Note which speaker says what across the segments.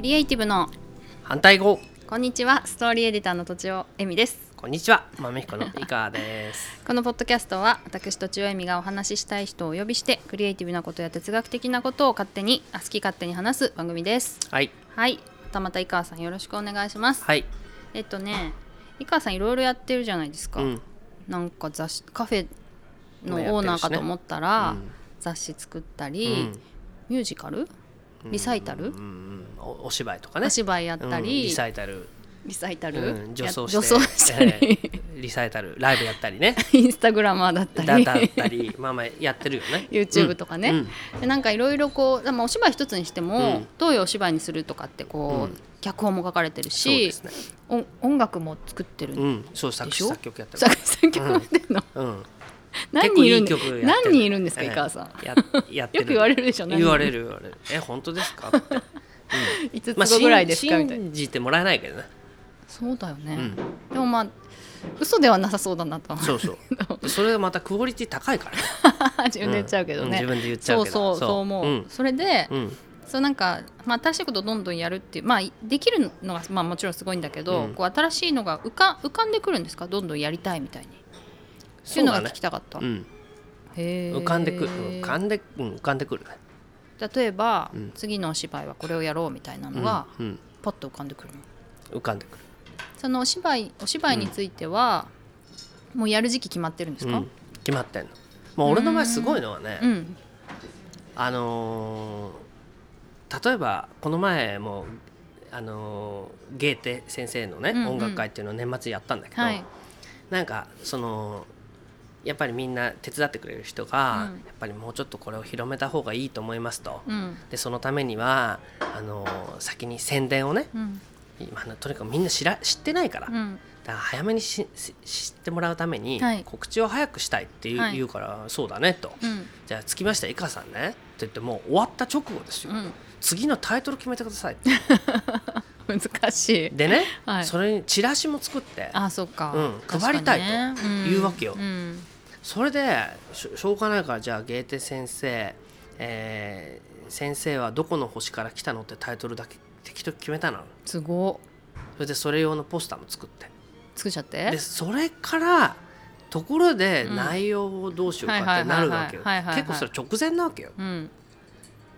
Speaker 1: リエイティブの
Speaker 2: 反対語
Speaker 1: こんにちはストーリーエディターのとちおえみです
Speaker 2: こんにちは豆彦の井川です
Speaker 1: このポッドキャストは私とちおえみがお話ししたい人をお呼びしてクリエイティブなことや哲学的なことを勝手にあ好き勝手に話す番組です
Speaker 2: はい
Speaker 1: はいまたまた井川さんよろしくお願いします、
Speaker 2: はい
Speaker 1: えっとね井川さんいろいろやってるじゃないですか、
Speaker 2: うん
Speaker 1: なんか雑誌カフェのオーナーかと思ったら、
Speaker 2: うん
Speaker 1: 雑誌作った
Speaker 2: う
Speaker 1: り、
Speaker 2: ん
Speaker 1: ミュージカルリサイタル、
Speaker 2: うんうんおお芝居とかね
Speaker 1: お芝居やった
Speaker 2: うん
Speaker 1: り、
Speaker 2: リサイタル
Speaker 1: リサイタル、
Speaker 2: うん女装して
Speaker 1: や女装したり、
Speaker 2: えーリサイタルライブやった りね
Speaker 1: インスタグラマーだった
Speaker 2: だ
Speaker 1: り
Speaker 2: だったりまあまあやってるよ ね
Speaker 1: YouTube とかね、
Speaker 2: うん
Speaker 1: でなんかいろいろこう、まあ、お芝居一つにしても、
Speaker 2: うん
Speaker 1: どういうお芝居にするとかってこう、
Speaker 2: うん
Speaker 1: 脚本も書かれてる
Speaker 2: そう
Speaker 1: し、
Speaker 2: ですね
Speaker 1: 音音楽も作ってるんで
Speaker 2: うんそう作
Speaker 1: し
Speaker 2: 詞
Speaker 1: ょ
Speaker 2: 作曲やってる
Speaker 1: 作詞作曲もやってるの、
Speaker 2: うん
Speaker 1: 何人いるん
Speaker 2: 結構いい曲やってる
Speaker 1: 何人いるんですか、
Speaker 2: ええ
Speaker 1: 井川さん
Speaker 2: ややって
Speaker 1: よ
Speaker 2: る
Speaker 1: く言われるでしょ
Speaker 2: 言われる言われるえ本当ですかって
Speaker 1: 5
Speaker 2: まあ
Speaker 1: つ子ぐらい ですかみたいな
Speaker 2: 信じてもらえないけどね
Speaker 1: そうだよね、
Speaker 2: うん
Speaker 1: でもまあ嘘ではなさそうだなとは思
Speaker 2: そうそうでそれがまたクオリティ高いからね
Speaker 1: う 自分で言っちゃうけどね、
Speaker 2: うん自分で言っちゃうけど
Speaker 1: そうそう
Speaker 2: そ
Speaker 1: そうう思う、
Speaker 2: うん
Speaker 1: それで、
Speaker 2: うん
Speaker 1: そうなんか、まあ、新しいことをどんどんやるっていう、まあ、いできるのが、まあ、もちろんすごいんだけど、
Speaker 2: うん
Speaker 1: こう新しいのが浮か浮かんでくるんですかどんどんやりたいみたいにっていうのが聞きたかった、
Speaker 2: うん、
Speaker 1: へー
Speaker 2: 浮かんでくる浮かんで、うん、浮かんでくるね
Speaker 1: 例えば、
Speaker 2: うん
Speaker 1: 次のお芝居はこれをやろうみたいな
Speaker 2: う
Speaker 1: の
Speaker 2: ん
Speaker 1: が、
Speaker 2: うん、
Speaker 1: パッと浮かんでくるの
Speaker 2: 浮かんでくる
Speaker 1: そのお芝居お芝居については、もうやる時期決まってるんですか、
Speaker 2: うん、決まってんのもう俺の場合すごいのはね、
Speaker 1: うん
Speaker 2: あのー例えばこの前もあのーゲーテ先生のね、
Speaker 1: うんうん
Speaker 2: 音楽会っていうのを年末やったんだけど、
Speaker 1: はい
Speaker 2: なんかそのやっぱりみんな手伝ってくれる人が、
Speaker 1: うん
Speaker 2: やっぱりもうちょっとこれを広めた方がいいと思いますと、
Speaker 1: うん
Speaker 2: でそのためにはあのー先に宣伝をね
Speaker 1: うん
Speaker 2: 今あのとにかくみんな知ら知ってないから,、
Speaker 1: う
Speaker 2: だか
Speaker 1: ん
Speaker 2: ら早めにしし知ってもらうために、
Speaker 1: はい
Speaker 2: 告知を早くしたいっていう,、
Speaker 1: はい
Speaker 2: 言うからそうだねと、
Speaker 1: うん
Speaker 2: じゃあ着きましたいかさんねって言ってもう終わった直後ですよ、次のタイトル決めてくださいって
Speaker 1: うん難しい
Speaker 2: でね、
Speaker 1: はい
Speaker 2: それにチラシも作って
Speaker 1: あそうか、
Speaker 2: うん
Speaker 1: 確か
Speaker 2: 配
Speaker 1: にね
Speaker 2: りたいというわけよ
Speaker 1: うんうん
Speaker 2: それでしょしょうがないからじゃあゲーテ先生、えー先生はどこの星から来たのってタイトルだけ適当に決めたの
Speaker 1: すごっ
Speaker 2: それでそれ用のポスターも作って
Speaker 1: 作っちゃっ
Speaker 2: で
Speaker 1: て
Speaker 2: それからところで
Speaker 1: うん
Speaker 2: 内容をどうしよう
Speaker 1: はいは
Speaker 2: か
Speaker 1: い
Speaker 2: っ
Speaker 1: はい
Speaker 2: てなるわけよ
Speaker 1: はいはいはい
Speaker 2: 結構それ直前なわけよ
Speaker 1: うん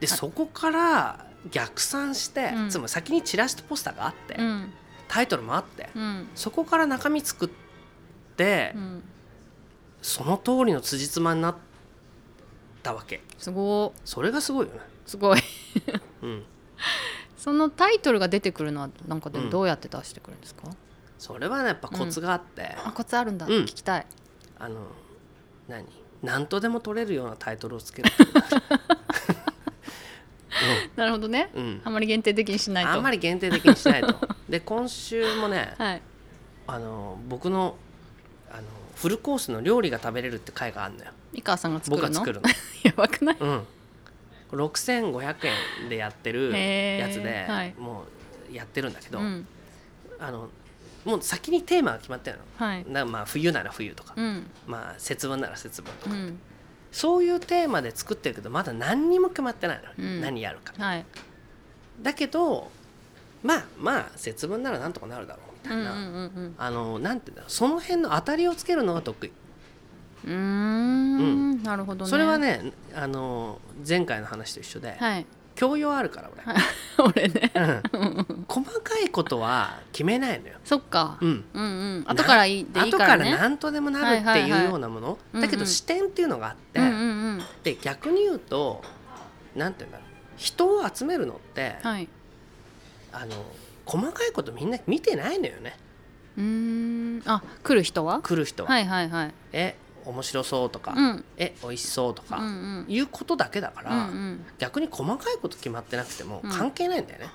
Speaker 2: でそこから逆算して、
Speaker 1: うん
Speaker 2: つまり先にチラシとポスターがあって、
Speaker 1: うん
Speaker 2: タイトルもあって
Speaker 1: うん
Speaker 2: そこから中身作って、
Speaker 1: うん
Speaker 2: その通りの辻褄になったわけ
Speaker 1: すごっ
Speaker 2: それがすごいよね
Speaker 1: すごい
Speaker 2: うん
Speaker 1: そのタイトルが出てくるのはなんかで
Speaker 2: うん
Speaker 1: もどうやって出してくるんですか、
Speaker 2: それはねやっぱコツがあって、
Speaker 1: あコツあるんだ、
Speaker 2: うん
Speaker 1: 聞きたい
Speaker 2: あの何何とでも取れるようなタイトルを つける
Speaker 1: なるほどね、
Speaker 2: うん、うん
Speaker 1: あ、まり限定的にしないと
Speaker 2: あんま
Speaker 1: り
Speaker 2: り限定的にしないとで今週もね
Speaker 1: はい
Speaker 2: あの僕のあのフルコースの料理が食べれるって回があるのよ
Speaker 1: 美川さんが作
Speaker 2: 僕
Speaker 1: る
Speaker 2: が
Speaker 1: の
Speaker 2: 作る
Speaker 1: やばく ない
Speaker 2: の、うん、6500円でやってる
Speaker 1: へー
Speaker 2: やつで、
Speaker 1: はい
Speaker 2: もうやってるんだけど、
Speaker 1: うん
Speaker 2: あのもう先にテーマが決まってるの
Speaker 1: はい
Speaker 2: だからまあ冬なら冬とか、
Speaker 1: うん
Speaker 2: まあ節分なら節分と
Speaker 1: う
Speaker 2: か、
Speaker 1: ん
Speaker 2: そういうテーマで作ってるけどまだ何にも決まってないの、
Speaker 1: うん
Speaker 2: 何やるか
Speaker 1: はい
Speaker 2: だけどまあまあ節分ならなんとかなるだろう
Speaker 1: う
Speaker 2: みた
Speaker 1: ん
Speaker 2: い
Speaker 1: うん
Speaker 2: な、
Speaker 1: うん
Speaker 2: あのなんていうんだろうその辺の当たりをつけるのが得意
Speaker 1: うんうーん
Speaker 2: う
Speaker 1: なるほどね
Speaker 2: それはねあの前回の話と一緒で、
Speaker 1: はい
Speaker 2: 教養ある から俺、
Speaker 1: 俺ね
Speaker 2: うん細かいことは決めないのよ、
Speaker 1: そっか、
Speaker 2: うん、
Speaker 1: うんうん後からいいでいい
Speaker 2: 後
Speaker 1: から
Speaker 2: から
Speaker 1: ね
Speaker 2: 何とでもなるって
Speaker 1: はいはいはいいう
Speaker 2: ようなもの、
Speaker 1: うんうん
Speaker 2: だけど視点っていうのがあって、
Speaker 1: うんうんうん
Speaker 2: で逆に言うとなんて言うんだろう人を集めるのって、
Speaker 1: はい
Speaker 2: あの細かいことみんな見てないのよね
Speaker 1: うーんあ来る人は
Speaker 2: 来る人は、
Speaker 1: はいはいはい
Speaker 2: え面白そうとか、
Speaker 1: うん
Speaker 2: え美味しそうと
Speaker 1: うんう
Speaker 2: か、
Speaker 1: ん
Speaker 2: いうことだけだか
Speaker 1: うんう
Speaker 2: ら、
Speaker 1: ん
Speaker 2: 逆に細かいこと決まってなくても
Speaker 1: うん
Speaker 2: 関係ないんだよね、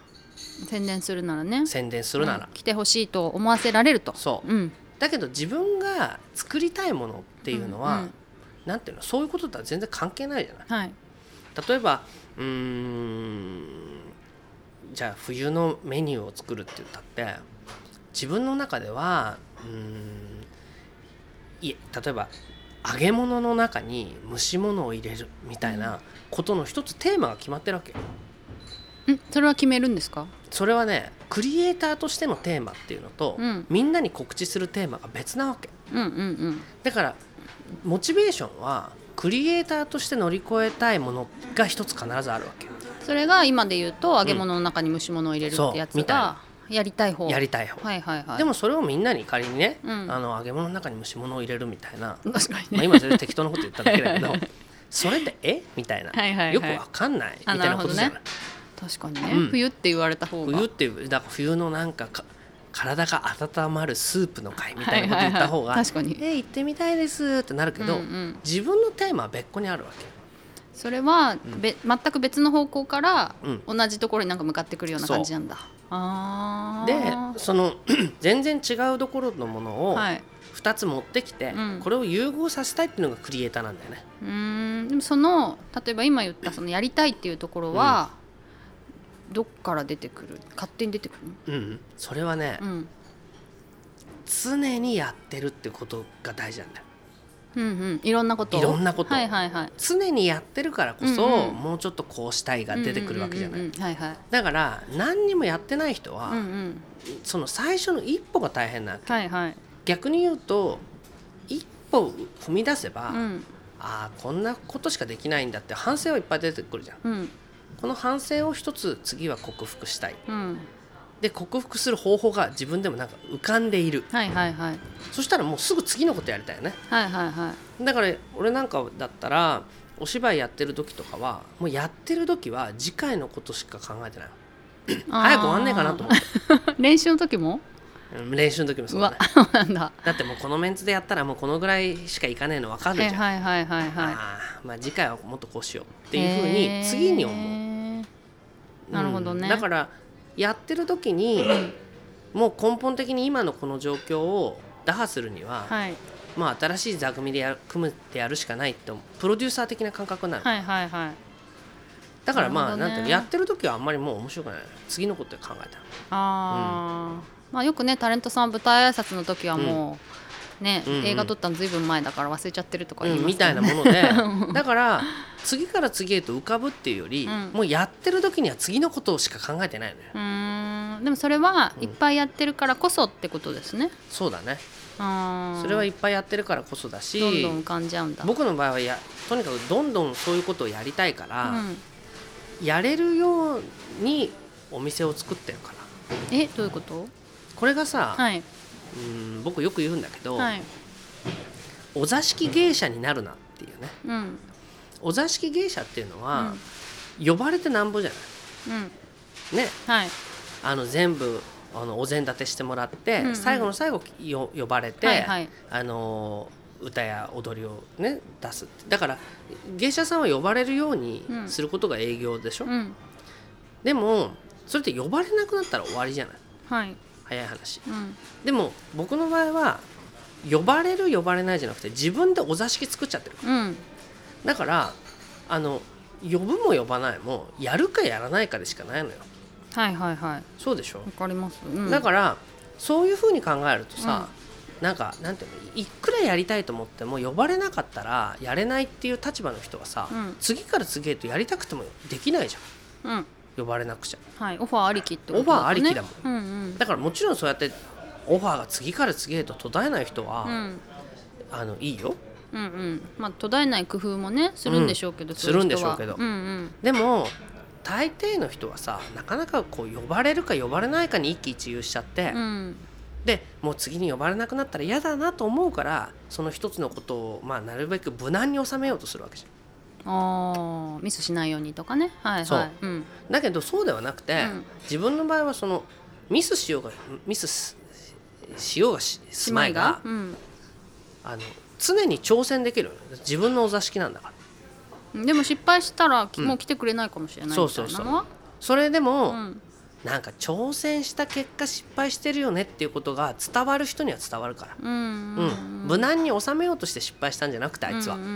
Speaker 1: 宣伝するならね
Speaker 2: 宣伝するなら、
Speaker 1: うん来てほしいと思わせられると
Speaker 2: そう
Speaker 1: うん
Speaker 2: だけど自分が作りたいものっていうのは、
Speaker 1: うんうん
Speaker 2: なんていうのそういうこととは全然関係ないじゃない
Speaker 1: はい
Speaker 2: 例えばうーんじゃあ冬のメニューを作るって言ったって自分の中ではうーんいえ例えば揚げ物の中に蒸し物を入れるみたいなことの一つテーマが決まってるわけよ
Speaker 1: ううんそれは決めるんですか
Speaker 2: それはねクリエイターとしてのテーマっていうのと、
Speaker 1: うん
Speaker 2: みんなに告知するテーマが別なわけ
Speaker 1: うんうんうん
Speaker 2: だからモチベーションはクリエイターとして乗り越えたいものが一つ必ずあるわけ
Speaker 1: それが今で言うと揚げ物の中に蒸し物を入れるってやつ
Speaker 2: そうみたい
Speaker 1: が
Speaker 2: な
Speaker 1: やりたい方
Speaker 2: やりたい方、
Speaker 1: はいはいはい
Speaker 2: でもそれをみんなに仮にね、
Speaker 1: うん
Speaker 2: あの揚げ物の中に蒸し物を入れるみたいな、
Speaker 1: 確かに
Speaker 2: まあ、
Speaker 1: ね
Speaker 2: 今それ適当なこと言っただけだけ どそれでえみたいな、
Speaker 1: はいはいはい
Speaker 2: よくわかんないみたいなことじゃない
Speaker 1: あな確かにね、
Speaker 2: うん
Speaker 1: 冬って言われた方が
Speaker 2: 冬っていうだから冬のなんかか体が温まるスープの会みたいなこと言った方が
Speaker 1: はいはい
Speaker 2: 「
Speaker 1: はい確かに
Speaker 2: え行ってみたいです」ってなるけ
Speaker 1: う
Speaker 2: ど、
Speaker 1: んうん
Speaker 2: 自分のテーマは別個にあるわ
Speaker 1: それはべ、全く別の方向から
Speaker 2: うん
Speaker 1: 同じところになんか向かってくるような感じなんだ、あ
Speaker 2: け
Speaker 1: ー
Speaker 2: でその 全然違うところのものを
Speaker 1: はい
Speaker 2: 2つ持ってきて、
Speaker 1: うん
Speaker 2: これを融合させたいっていうのがクリエイターなんだよね。
Speaker 1: うーんでもその例えば今言ったそのやりたいっていうところは、どっから出てくる勝手に出てくる
Speaker 2: うん、それはね、
Speaker 1: の、うん、
Speaker 2: 常にやってるってことが大事なんだよ。
Speaker 1: うんうんいろんなことを
Speaker 2: いろんなことを
Speaker 1: はいはいはい
Speaker 2: 常にやってるからこそ、
Speaker 1: うんうん
Speaker 2: もうちょっとこうしたいが出てくるわけじゃない。
Speaker 1: うんうんうんうんはいはい
Speaker 2: だから何にもやってない人は、
Speaker 1: うんうん
Speaker 2: その最初の一歩が大変なわけ
Speaker 1: はいはい
Speaker 2: 逆に言うと一歩踏み出せば、
Speaker 1: うん
Speaker 2: ああこんなことしかできないんだって反省はいっぱい出てくるじゃん
Speaker 1: うん
Speaker 2: この反省を一つ次は克服したい
Speaker 1: うん
Speaker 2: で克服する方法が自分でもなんか浮かんでいる
Speaker 1: はいはいはい
Speaker 2: そしたらもうすぐ次のことやりたいよね
Speaker 1: はいはいはい
Speaker 2: だから俺なんかだったらお芝居やってる時とかはもうやってる時は次回のことしか考えてない早く終わんねえかなと思 って
Speaker 1: あー練習の時も
Speaker 2: うん練習の時もそううだ
Speaker 1: わ
Speaker 2: ね
Speaker 1: なんだ
Speaker 2: だってもうこのメンツでやったらもうこのぐらいしかいかねえの分かるじ
Speaker 1: は
Speaker 2: ゃん、
Speaker 1: いはいはいはいはい
Speaker 2: あーまあ次回はもっとこうしようっていうふうに次に思う、
Speaker 1: 思
Speaker 2: うん
Speaker 1: なるほどね
Speaker 2: だからやってる時にもう根本的に今のこの状況を打破するには、
Speaker 1: はい
Speaker 2: まあ新しい座組でやる組むってやるしかないってプロデューサー的な感覚になる、
Speaker 1: はいはいはい
Speaker 2: だからまあ
Speaker 1: な
Speaker 2: な
Speaker 1: るほどね
Speaker 2: んてやってる時はあんまりもう面白くない次のことで考えた
Speaker 1: あーまあよくねタレントさん舞台挨拶の時はもうね
Speaker 2: うんうん
Speaker 1: 映画撮ったのずいぶん前だから忘れちゃってるとか言い
Speaker 2: うん
Speaker 1: ます
Speaker 2: みたいなもので だから次から次へと浮かぶっていうより、
Speaker 1: うん
Speaker 2: もうやってる時には次のことしか考えてないのよ、
Speaker 1: うーんでもそれはいっぱいやってるからこそってことですね
Speaker 2: そうだね
Speaker 1: あー
Speaker 2: それはいっぱいやってるからこそだし
Speaker 1: どんどん浮かんじゃうんだ
Speaker 2: 僕の場合はやとにかくどんどんそういうことをやりたいか
Speaker 1: う
Speaker 2: ら、
Speaker 1: ん、
Speaker 2: やれるようにお店を作ってるから
Speaker 1: えどういうこと
Speaker 2: これがさ、
Speaker 1: はい
Speaker 2: うん僕よく言うんだけど、
Speaker 1: はい
Speaker 2: お座敷芸者になるなっていうね
Speaker 1: うん
Speaker 2: お座敷芸者っていうのは
Speaker 1: うん、
Speaker 2: 呼ばれてなんぼじゃ
Speaker 1: うん
Speaker 2: ないね
Speaker 1: はい
Speaker 2: あの全部あのお膳立てしてもらって、
Speaker 1: うんうん
Speaker 2: 最後の最後よ呼ばれて、
Speaker 1: はいはい
Speaker 2: あの歌や踊りをね出すだから芸者さんは呼ばれるように
Speaker 1: うん
Speaker 2: することが営業でしょ、
Speaker 1: うん
Speaker 2: でもそれって呼ばれなくなったら終わりじゃない
Speaker 1: はい
Speaker 2: 早い話
Speaker 1: うん
Speaker 2: でも僕の場合は呼ばれる呼ばれないじゃなくて自分でお座敷作っちゃってる
Speaker 1: うん
Speaker 2: だからあの呼ぶも呼ばないもやるかやらないかでしかないのよ
Speaker 1: はいはいはい
Speaker 2: そうでしょ
Speaker 1: わ、かります、うん、
Speaker 2: だからそういうふうに考えるとさ、なんかなんていうのいくらやりたいと思っても呼ばれなかったらやれないっていう立場の人はさ、
Speaker 1: うん
Speaker 2: 次から次へとやりたくてもできないじゃん
Speaker 1: うん
Speaker 2: 呼ばれなくちゃ
Speaker 1: はい、オファーありきってこと
Speaker 2: オファーありきだもん
Speaker 1: ん。うん
Speaker 2: だからもちろんそうやってオファーが次から次へと途絶えない人は、
Speaker 1: うん。うん
Speaker 2: あのいいよ
Speaker 1: うんうん。まあ途絶えない工夫もねするんでしょうけど、
Speaker 2: ん
Speaker 1: そういう人は
Speaker 2: するんでしょうけど
Speaker 1: うんうん。
Speaker 2: でも大抵の人はさなかなかこう呼ばれるか呼ばれないかに一喜一憂しちゃって、
Speaker 1: うん
Speaker 2: でもう次に呼ばれなくなったら嫌だなと思うからその一つのことを、まあ、なるべく無難に収めようとするわけじゃ
Speaker 1: ああ、ミスしないようにとかね。はい
Speaker 2: そ
Speaker 1: は
Speaker 2: う
Speaker 1: い。うん
Speaker 2: んだけどそうではなくて、
Speaker 1: うん
Speaker 2: 自分の場合はそのミスしようがミスししようがししまいが
Speaker 1: うん。
Speaker 2: あの常に挑戦できるのよ自分のお座敷なんだから
Speaker 1: でも失敗したら、きもう来てくれないかもしれないみたいな
Speaker 2: そ
Speaker 1: の
Speaker 2: う
Speaker 1: は。
Speaker 2: そうそうそれでも、
Speaker 1: うん。
Speaker 2: なんか挑戦した結果失敗してるよねっていうことが伝わる人には伝わるから。
Speaker 1: うん
Speaker 2: う
Speaker 1: うん
Speaker 2: ん、無難に収めようとして失敗したんじゃなくてあいつは、
Speaker 1: うんうんう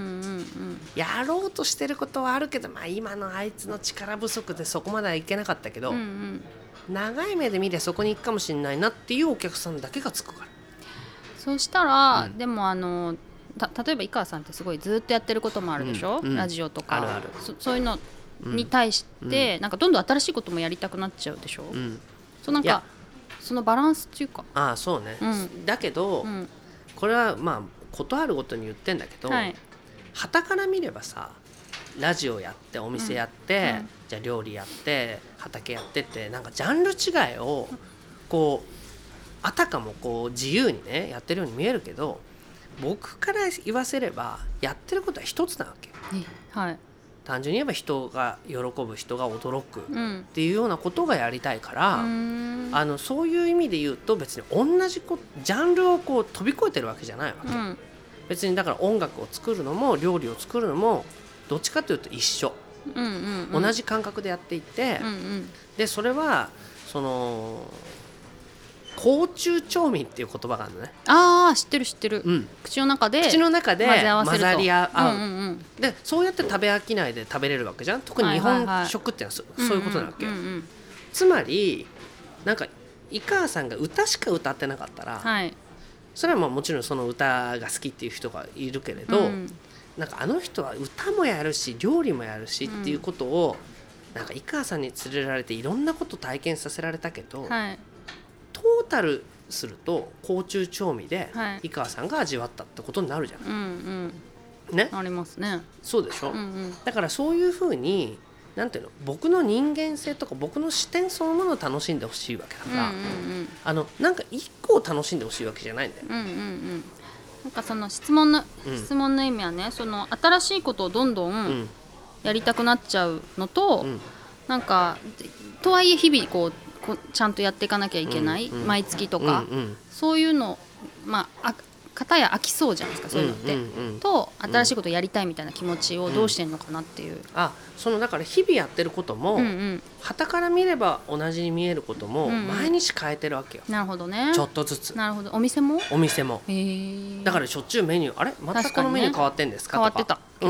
Speaker 1: ん
Speaker 2: やろうとしてることはあるけど、まあ、今のあいつの力不足でそこまではいけなかったけど、
Speaker 1: うんうんうん。
Speaker 2: 長い目で見ればそこに行くかもしれないなっていうお客さんだけがつくから
Speaker 1: そうしたら、
Speaker 2: うん
Speaker 1: でもあのた例えば井川さんってすごいずっとやってることもあるでしょ、
Speaker 2: うんうん
Speaker 1: ラジオとか
Speaker 2: あるある
Speaker 1: そそういうのに対して、なんかどんどん新しいこともやりたくなっちゃうでしょ、う
Speaker 2: うん、
Speaker 1: そうなん
Speaker 2: いや
Speaker 1: かそのバランスっていうか、
Speaker 2: ああそうね、
Speaker 1: うん
Speaker 2: だけど、
Speaker 1: うん、
Speaker 2: これはまあことあるごとに言ってんだけど、
Speaker 1: はい
Speaker 2: 旗から見ればさラジオやってお店やって、
Speaker 1: うん
Speaker 2: じゃあ料理やって畑やってってなんかジャンル違いをこうあたかもこう自由にねやってるように見えるけど僕から言わせればやってることは一つなわけ
Speaker 1: ねはい、
Speaker 2: 単純に言えば人が喜ぶ人が驚くっ
Speaker 1: うん、
Speaker 2: ていうようなことがやりたいから、
Speaker 1: うーん
Speaker 2: あのそういう意味で言うと別に同じこジャンルをこう飛び越えてるわけじゃないわけ、
Speaker 1: うん
Speaker 2: 別にだから音楽を作るのも料理を作るのもどっちかというと一緒、
Speaker 1: うんうんうん
Speaker 2: 同じ感覚でやっていて、
Speaker 1: うんうん
Speaker 2: でそれはその口中調味っていう言葉があるのね、
Speaker 1: ああ知ってる知ってる、
Speaker 2: うん、
Speaker 1: 口の中で
Speaker 2: 口の中で
Speaker 1: 混ぜ合わせる
Speaker 2: 混
Speaker 1: と
Speaker 2: ざり合
Speaker 1: う
Speaker 2: う、
Speaker 1: んうんうん、
Speaker 2: でそうやって食べ飽きないで食べれるわけじゃん特に日
Speaker 1: はいはいは
Speaker 2: 本
Speaker 1: い
Speaker 2: 食ってのはそ,、そういうことなわけ、
Speaker 1: うんうんうんうん
Speaker 2: つまりなんか井川さんが歌しか歌ってなかったら、
Speaker 1: はい
Speaker 2: それはまあもちろんその歌が好きっていう人がいるけれど、
Speaker 1: うん
Speaker 2: なんかあの人は歌もやるし料理もやるしっていうことを、なんか井川さんに連れられていろんなこと体験させられたけど、
Speaker 1: はい
Speaker 2: トータルすると口中調味で
Speaker 1: はい
Speaker 2: 井川さんが味わったってことになるじゃない、
Speaker 1: うんうん
Speaker 2: ね
Speaker 1: ありますね
Speaker 2: そうでしょ、
Speaker 1: うんうん
Speaker 2: だからそういうふうになんていうの僕の人間性とか僕の視点そのものを楽しんでほしいわけだ
Speaker 1: う
Speaker 2: か
Speaker 1: んうんう
Speaker 2: ら、
Speaker 1: ん
Speaker 2: あのなんか一個を楽しんでほしいわけじゃないんだよ。
Speaker 1: うんうんうんなんかその質問の、
Speaker 2: うん
Speaker 1: 質問の意味はねその新しいことをどんど
Speaker 2: うんん
Speaker 1: やりたくなっちゃうのと、
Speaker 2: うん
Speaker 1: なんかとはいえ日々こうこちゃんとやっていかなきゃいけない、
Speaker 2: うんうん
Speaker 1: 毎月とか、
Speaker 2: うんうん
Speaker 1: そういうのまああ片や飽きそうじゃないですかそういうのって、
Speaker 2: うんうんうん
Speaker 1: と新しいことやりたいみたいな気持ちをどうしてんのかなっていう、
Speaker 2: あそのだから日々やってることも、
Speaker 1: うんうん、
Speaker 2: 旗から見れば同じに見えることも
Speaker 1: うんうん
Speaker 2: 毎日変えてるわけよ、
Speaker 1: なるほどね
Speaker 2: ちょっとずつ
Speaker 1: なるほどお店も
Speaker 2: お店も
Speaker 1: へー
Speaker 2: だからしょっちゅうメニューあれまた
Speaker 1: 確かに
Speaker 2: この
Speaker 1: ね
Speaker 2: メニュー変わってんですか
Speaker 1: 変わって
Speaker 2: と
Speaker 1: た
Speaker 2: かう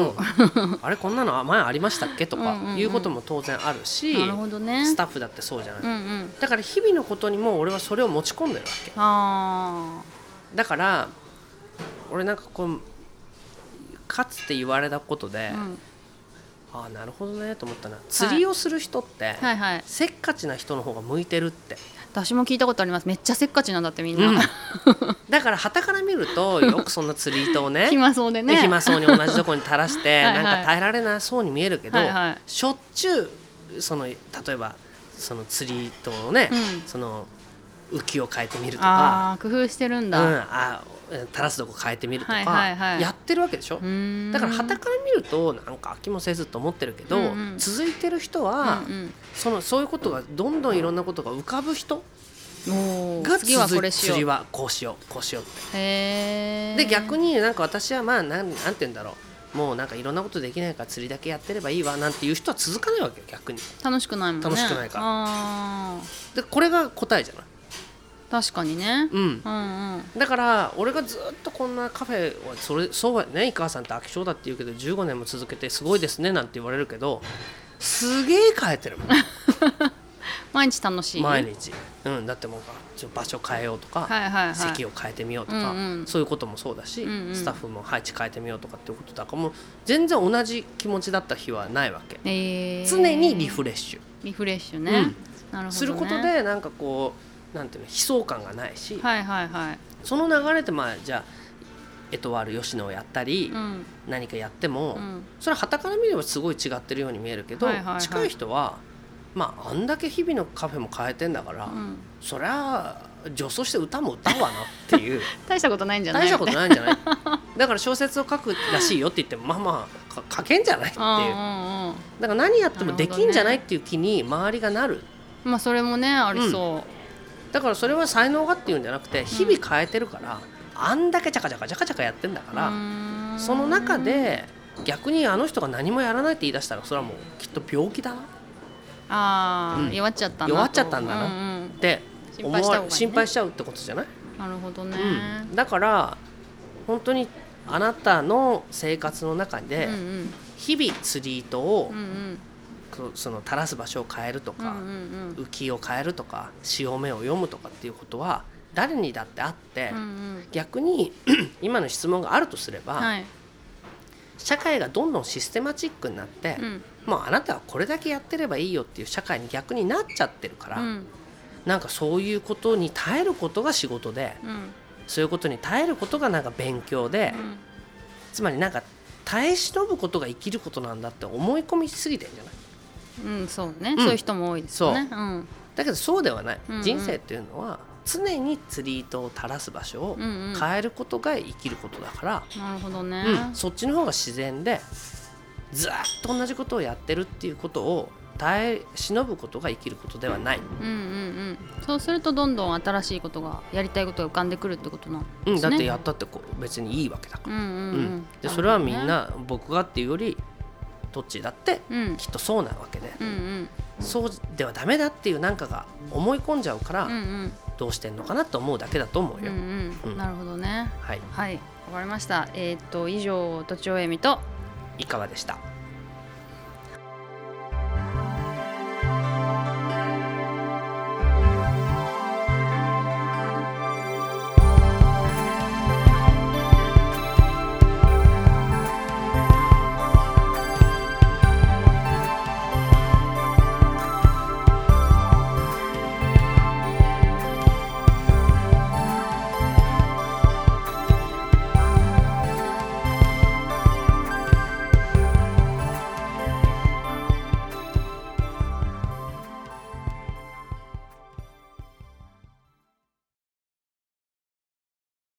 Speaker 2: ん、あれこんなの前ありましたっけと
Speaker 1: うんうんう
Speaker 2: か
Speaker 1: ん
Speaker 2: いうことも当然あるし
Speaker 1: なるほどね
Speaker 2: スタッフだってそうじゃない、
Speaker 1: うんうん
Speaker 2: だから日々のことにも俺はそれを持ち込んでるわけ
Speaker 1: あ
Speaker 2: だから俺なんかこうかつて言われたことで
Speaker 1: あ、、うん、
Speaker 2: ああなるほどねと思ったな釣りをする人って、
Speaker 1: はいはい
Speaker 2: せっかちな人の方が向いてるって
Speaker 1: 私も聞いたことありますめっちゃせっかちなんだってみんな、
Speaker 2: うん、だから旗から見るとよくそんな釣り糸を ね
Speaker 1: 暇そうでね
Speaker 2: で暇そうに同じとこに垂らし て
Speaker 1: はいはい
Speaker 2: なんか耐えられなそうに見えるけど、
Speaker 1: はいはい
Speaker 2: しょっちゅうその例えばその釣り糸をね、
Speaker 1: うん
Speaker 2: その浮きを変えてみるとか
Speaker 1: ああー工夫してるん
Speaker 2: うん、
Speaker 1: だ、
Speaker 2: あ垂らすとこ変えてみるとか、
Speaker 1: はいはいはい
Speaker 2: やってるわけでしょ、
Speaker 1: うーん、
Speaker 2: だから旗から見るとなんか飽きもせずと思ってるけど、
Speaker 1: うんうん
Speaker 2: 続いてる人は、
Speaker 1: うん
Speaker 2: そのそういうことがどんどんいろんなことが浮かぶ人
Speaker 1: うん、おー
Speaker 2: が
Speaker 1: 次はこ
Speaker 2: 続
Speaker 1: れ
Speaker 2: い
Speaker 1: しよ
Speaker 2: 釣り
Speaker 1: う
Speaker 2: はこうしようこうしようって。
Speaker 1: へー
Speaker 2: で逆になんか私はまあなんなんて言うんだろうもうなんかいろんなことできないから釣りだけやってればいいわなんていう人は続かないわけよ逆に
Speaker 1: 楽しくないもんね
Speaker 2: 楽しくないから
Speaker 1: あ
Speaker 2: でこれが答えじゃない
Speaker 1: ー確かにね、
Speaker 2: うん
Speaker 1: うん、うん
Speaker 2: だから俺がずっとこんなカフェをそれそうはね井川さんって飽き性だって言うけど15年も続けてすごいですねなんて言われるけどすげえ変えてるもん
Speaker 1: 毎日楽しい
Speaker 2: 毎日、うん、だってもうちょ場所変えようとか、
Speaker 1: はいはいはい
Speaker 2: 席を変えてみようとか、
Speaker 1: うんうん
Speaker 2: そういうこともそうだし、
Speaker 1: うんうん
Speaker 2: スタッフも配置変えてみようとかっていうことだからもう全然同じ気持ちだった日はないわけ
Speaker 1: えー
Speaker 2: 常にリフレッシュ
Speaker 1: リフレッシュね、
Speaker 2: うん
Speaker 1: なるほどね
Speaker 2: することでなんかこうなんていうの悲壮感がないし、
Speaker 1: はいはいはい、
Speaker 2: その流れでまあじゃあエトワール吉野をやったり、
Speaker 1: うん
Speaker 2: 何かやっても、
Speaker 1: うん、
Speaker 2: それはたから見ればすごい違ってるように見えるけど、
Speaker 1: はいはいはい
Speaker 2: 近い人はまああんだけ日々のカフェも変えてんだから、
Speaker 1: うん、
Speaker 2: そりゃ女装して歌も歌うわなっていう
Speaker 1: 大したことないんじゃない
Speaker 2: 大したことないんじゃない だから小説を書くらしいよって言ってもまあまあか書けんじゃないっていうだ
Speaker 1: ああ
Speaker 2: から何やってもできんじゃないっていう気に周りがなる
Speaker 1: まあそれもねありそ
Speaker 2: だからそれは才能がっていうんじゃなくて日々変えてるから、あんだけチャカチャカチャカチャカやってんだ
Speaker 1: う、
Speaker 2: から、
Speaker 1: うーん
Speaker 2: その中で逆にあの人が何もやらないって言い出したらそれはもうきっと病気だなっ
Speaker 1: ああ、
Speaker 2: うん
Speaker 1: 弱っちゃったんだと
Speaker 2: 弱っちゃったんだな
Speaker 1: うんうん、
Speaker 2: て
Speaker 1: 心
Speaker 2: 思
Speaker 1: 配した方が
Speaker 2: わ
Speaker 1: いいね
Speaker 2: 心配しちゃうってことじゃない、
Speaker 1: なるほどね、
Speaker 2: うん、だから本当にあなたの生活の中で
Speaker 1: うんうん
Speaker 2: 日々釣り糸を
Speaker 1: うんうん
Speaker 2: こうその垂らす場所を変えると
Speaker 1: うんう
Speaker 2: か、
Speaker 1: んうん
Speaker 2: 浮きを変えるとか潮目を読むとかっていうことは誰にだってあって、
Speaker 1: うんうん
Speaker 2: 逆に今の質問があるとすれば、
Speaker 1: はい
Speaker 2: 社会がどんどんシステマチックになって、
Speaker 1: うん
Speaker 2: もうあなたはこれだけやってればいいよっていう社会に逆になっちゃってるから、
Speaker 1: うん
Speaker 2: なんかそういうことに耐えることが仕事で
Speaker 1: うん
Speaker 2: そういうことに耐えることがなんか勉強で、
Speaker 1: うん
Speaker 2: つまりなんか耐え忍ぶことが生きることなんだって思い込みすぎてんじゃない
Speaker 1: うん、そうね、
Speaker 2: ん
Speaker 1: そういう人も多いですよね。うん、
Speaker 2: だけどそうではない、
Speaker 1: うんうん
Speaker 2: 人生っていうのは常に釣り糸を垂らす場所を
Speaker 1: うん、うん、な
Speaker 2: 変えることが生きることだから、
Speaker 1: るほどね。
Speaker 2: うん、そっちの方が自然でずっと同じことをやってるっていうことを耐え忍ぶことが生きることではない、
Speaker 1: うん、うん、うん、そうすると、どんどん新しいことが、やりたいことが浮かんでくるってことなん
Speaker 2: う
Speaker 1: で
Speaker 2: ん、
Speaker 1: す
Speaker 2: だっ
Speaker 1: ね。
Speaker 2: てやったってこう別にいいわけだか
Speaker 1: うん、
Speaker 2: ら、
Speaker 1: うん、
Speaker 2: う
Speaker 1: うんん、
Speaker 2: でそれはみん
Speaker 1: な
Speaker 2: な僕がっていうよりどっちだって
Speaker 1: るほどね。
Speaker 2: きっとそうなわけで、
Speaker 1: うん、うん、
Speaker 2: そうではダメだっていうなんかが思い込んじゃうから、
Speaker 1: うん、うん、
Speaker 2: どうしてんのかなと思うだけだと思
Speaker 1: う
Speaker 2: う
Speaker 1: ん、う
Speaker 2: よ、
Speaker 1: ん、う、
Speaker 2: うんん
Speaker 1: なるほどね。
Speaker 2: はい
Speaker 1: はい、わかりました。えーっと、以上、とちおえみと。
Speaker 2: いかがでした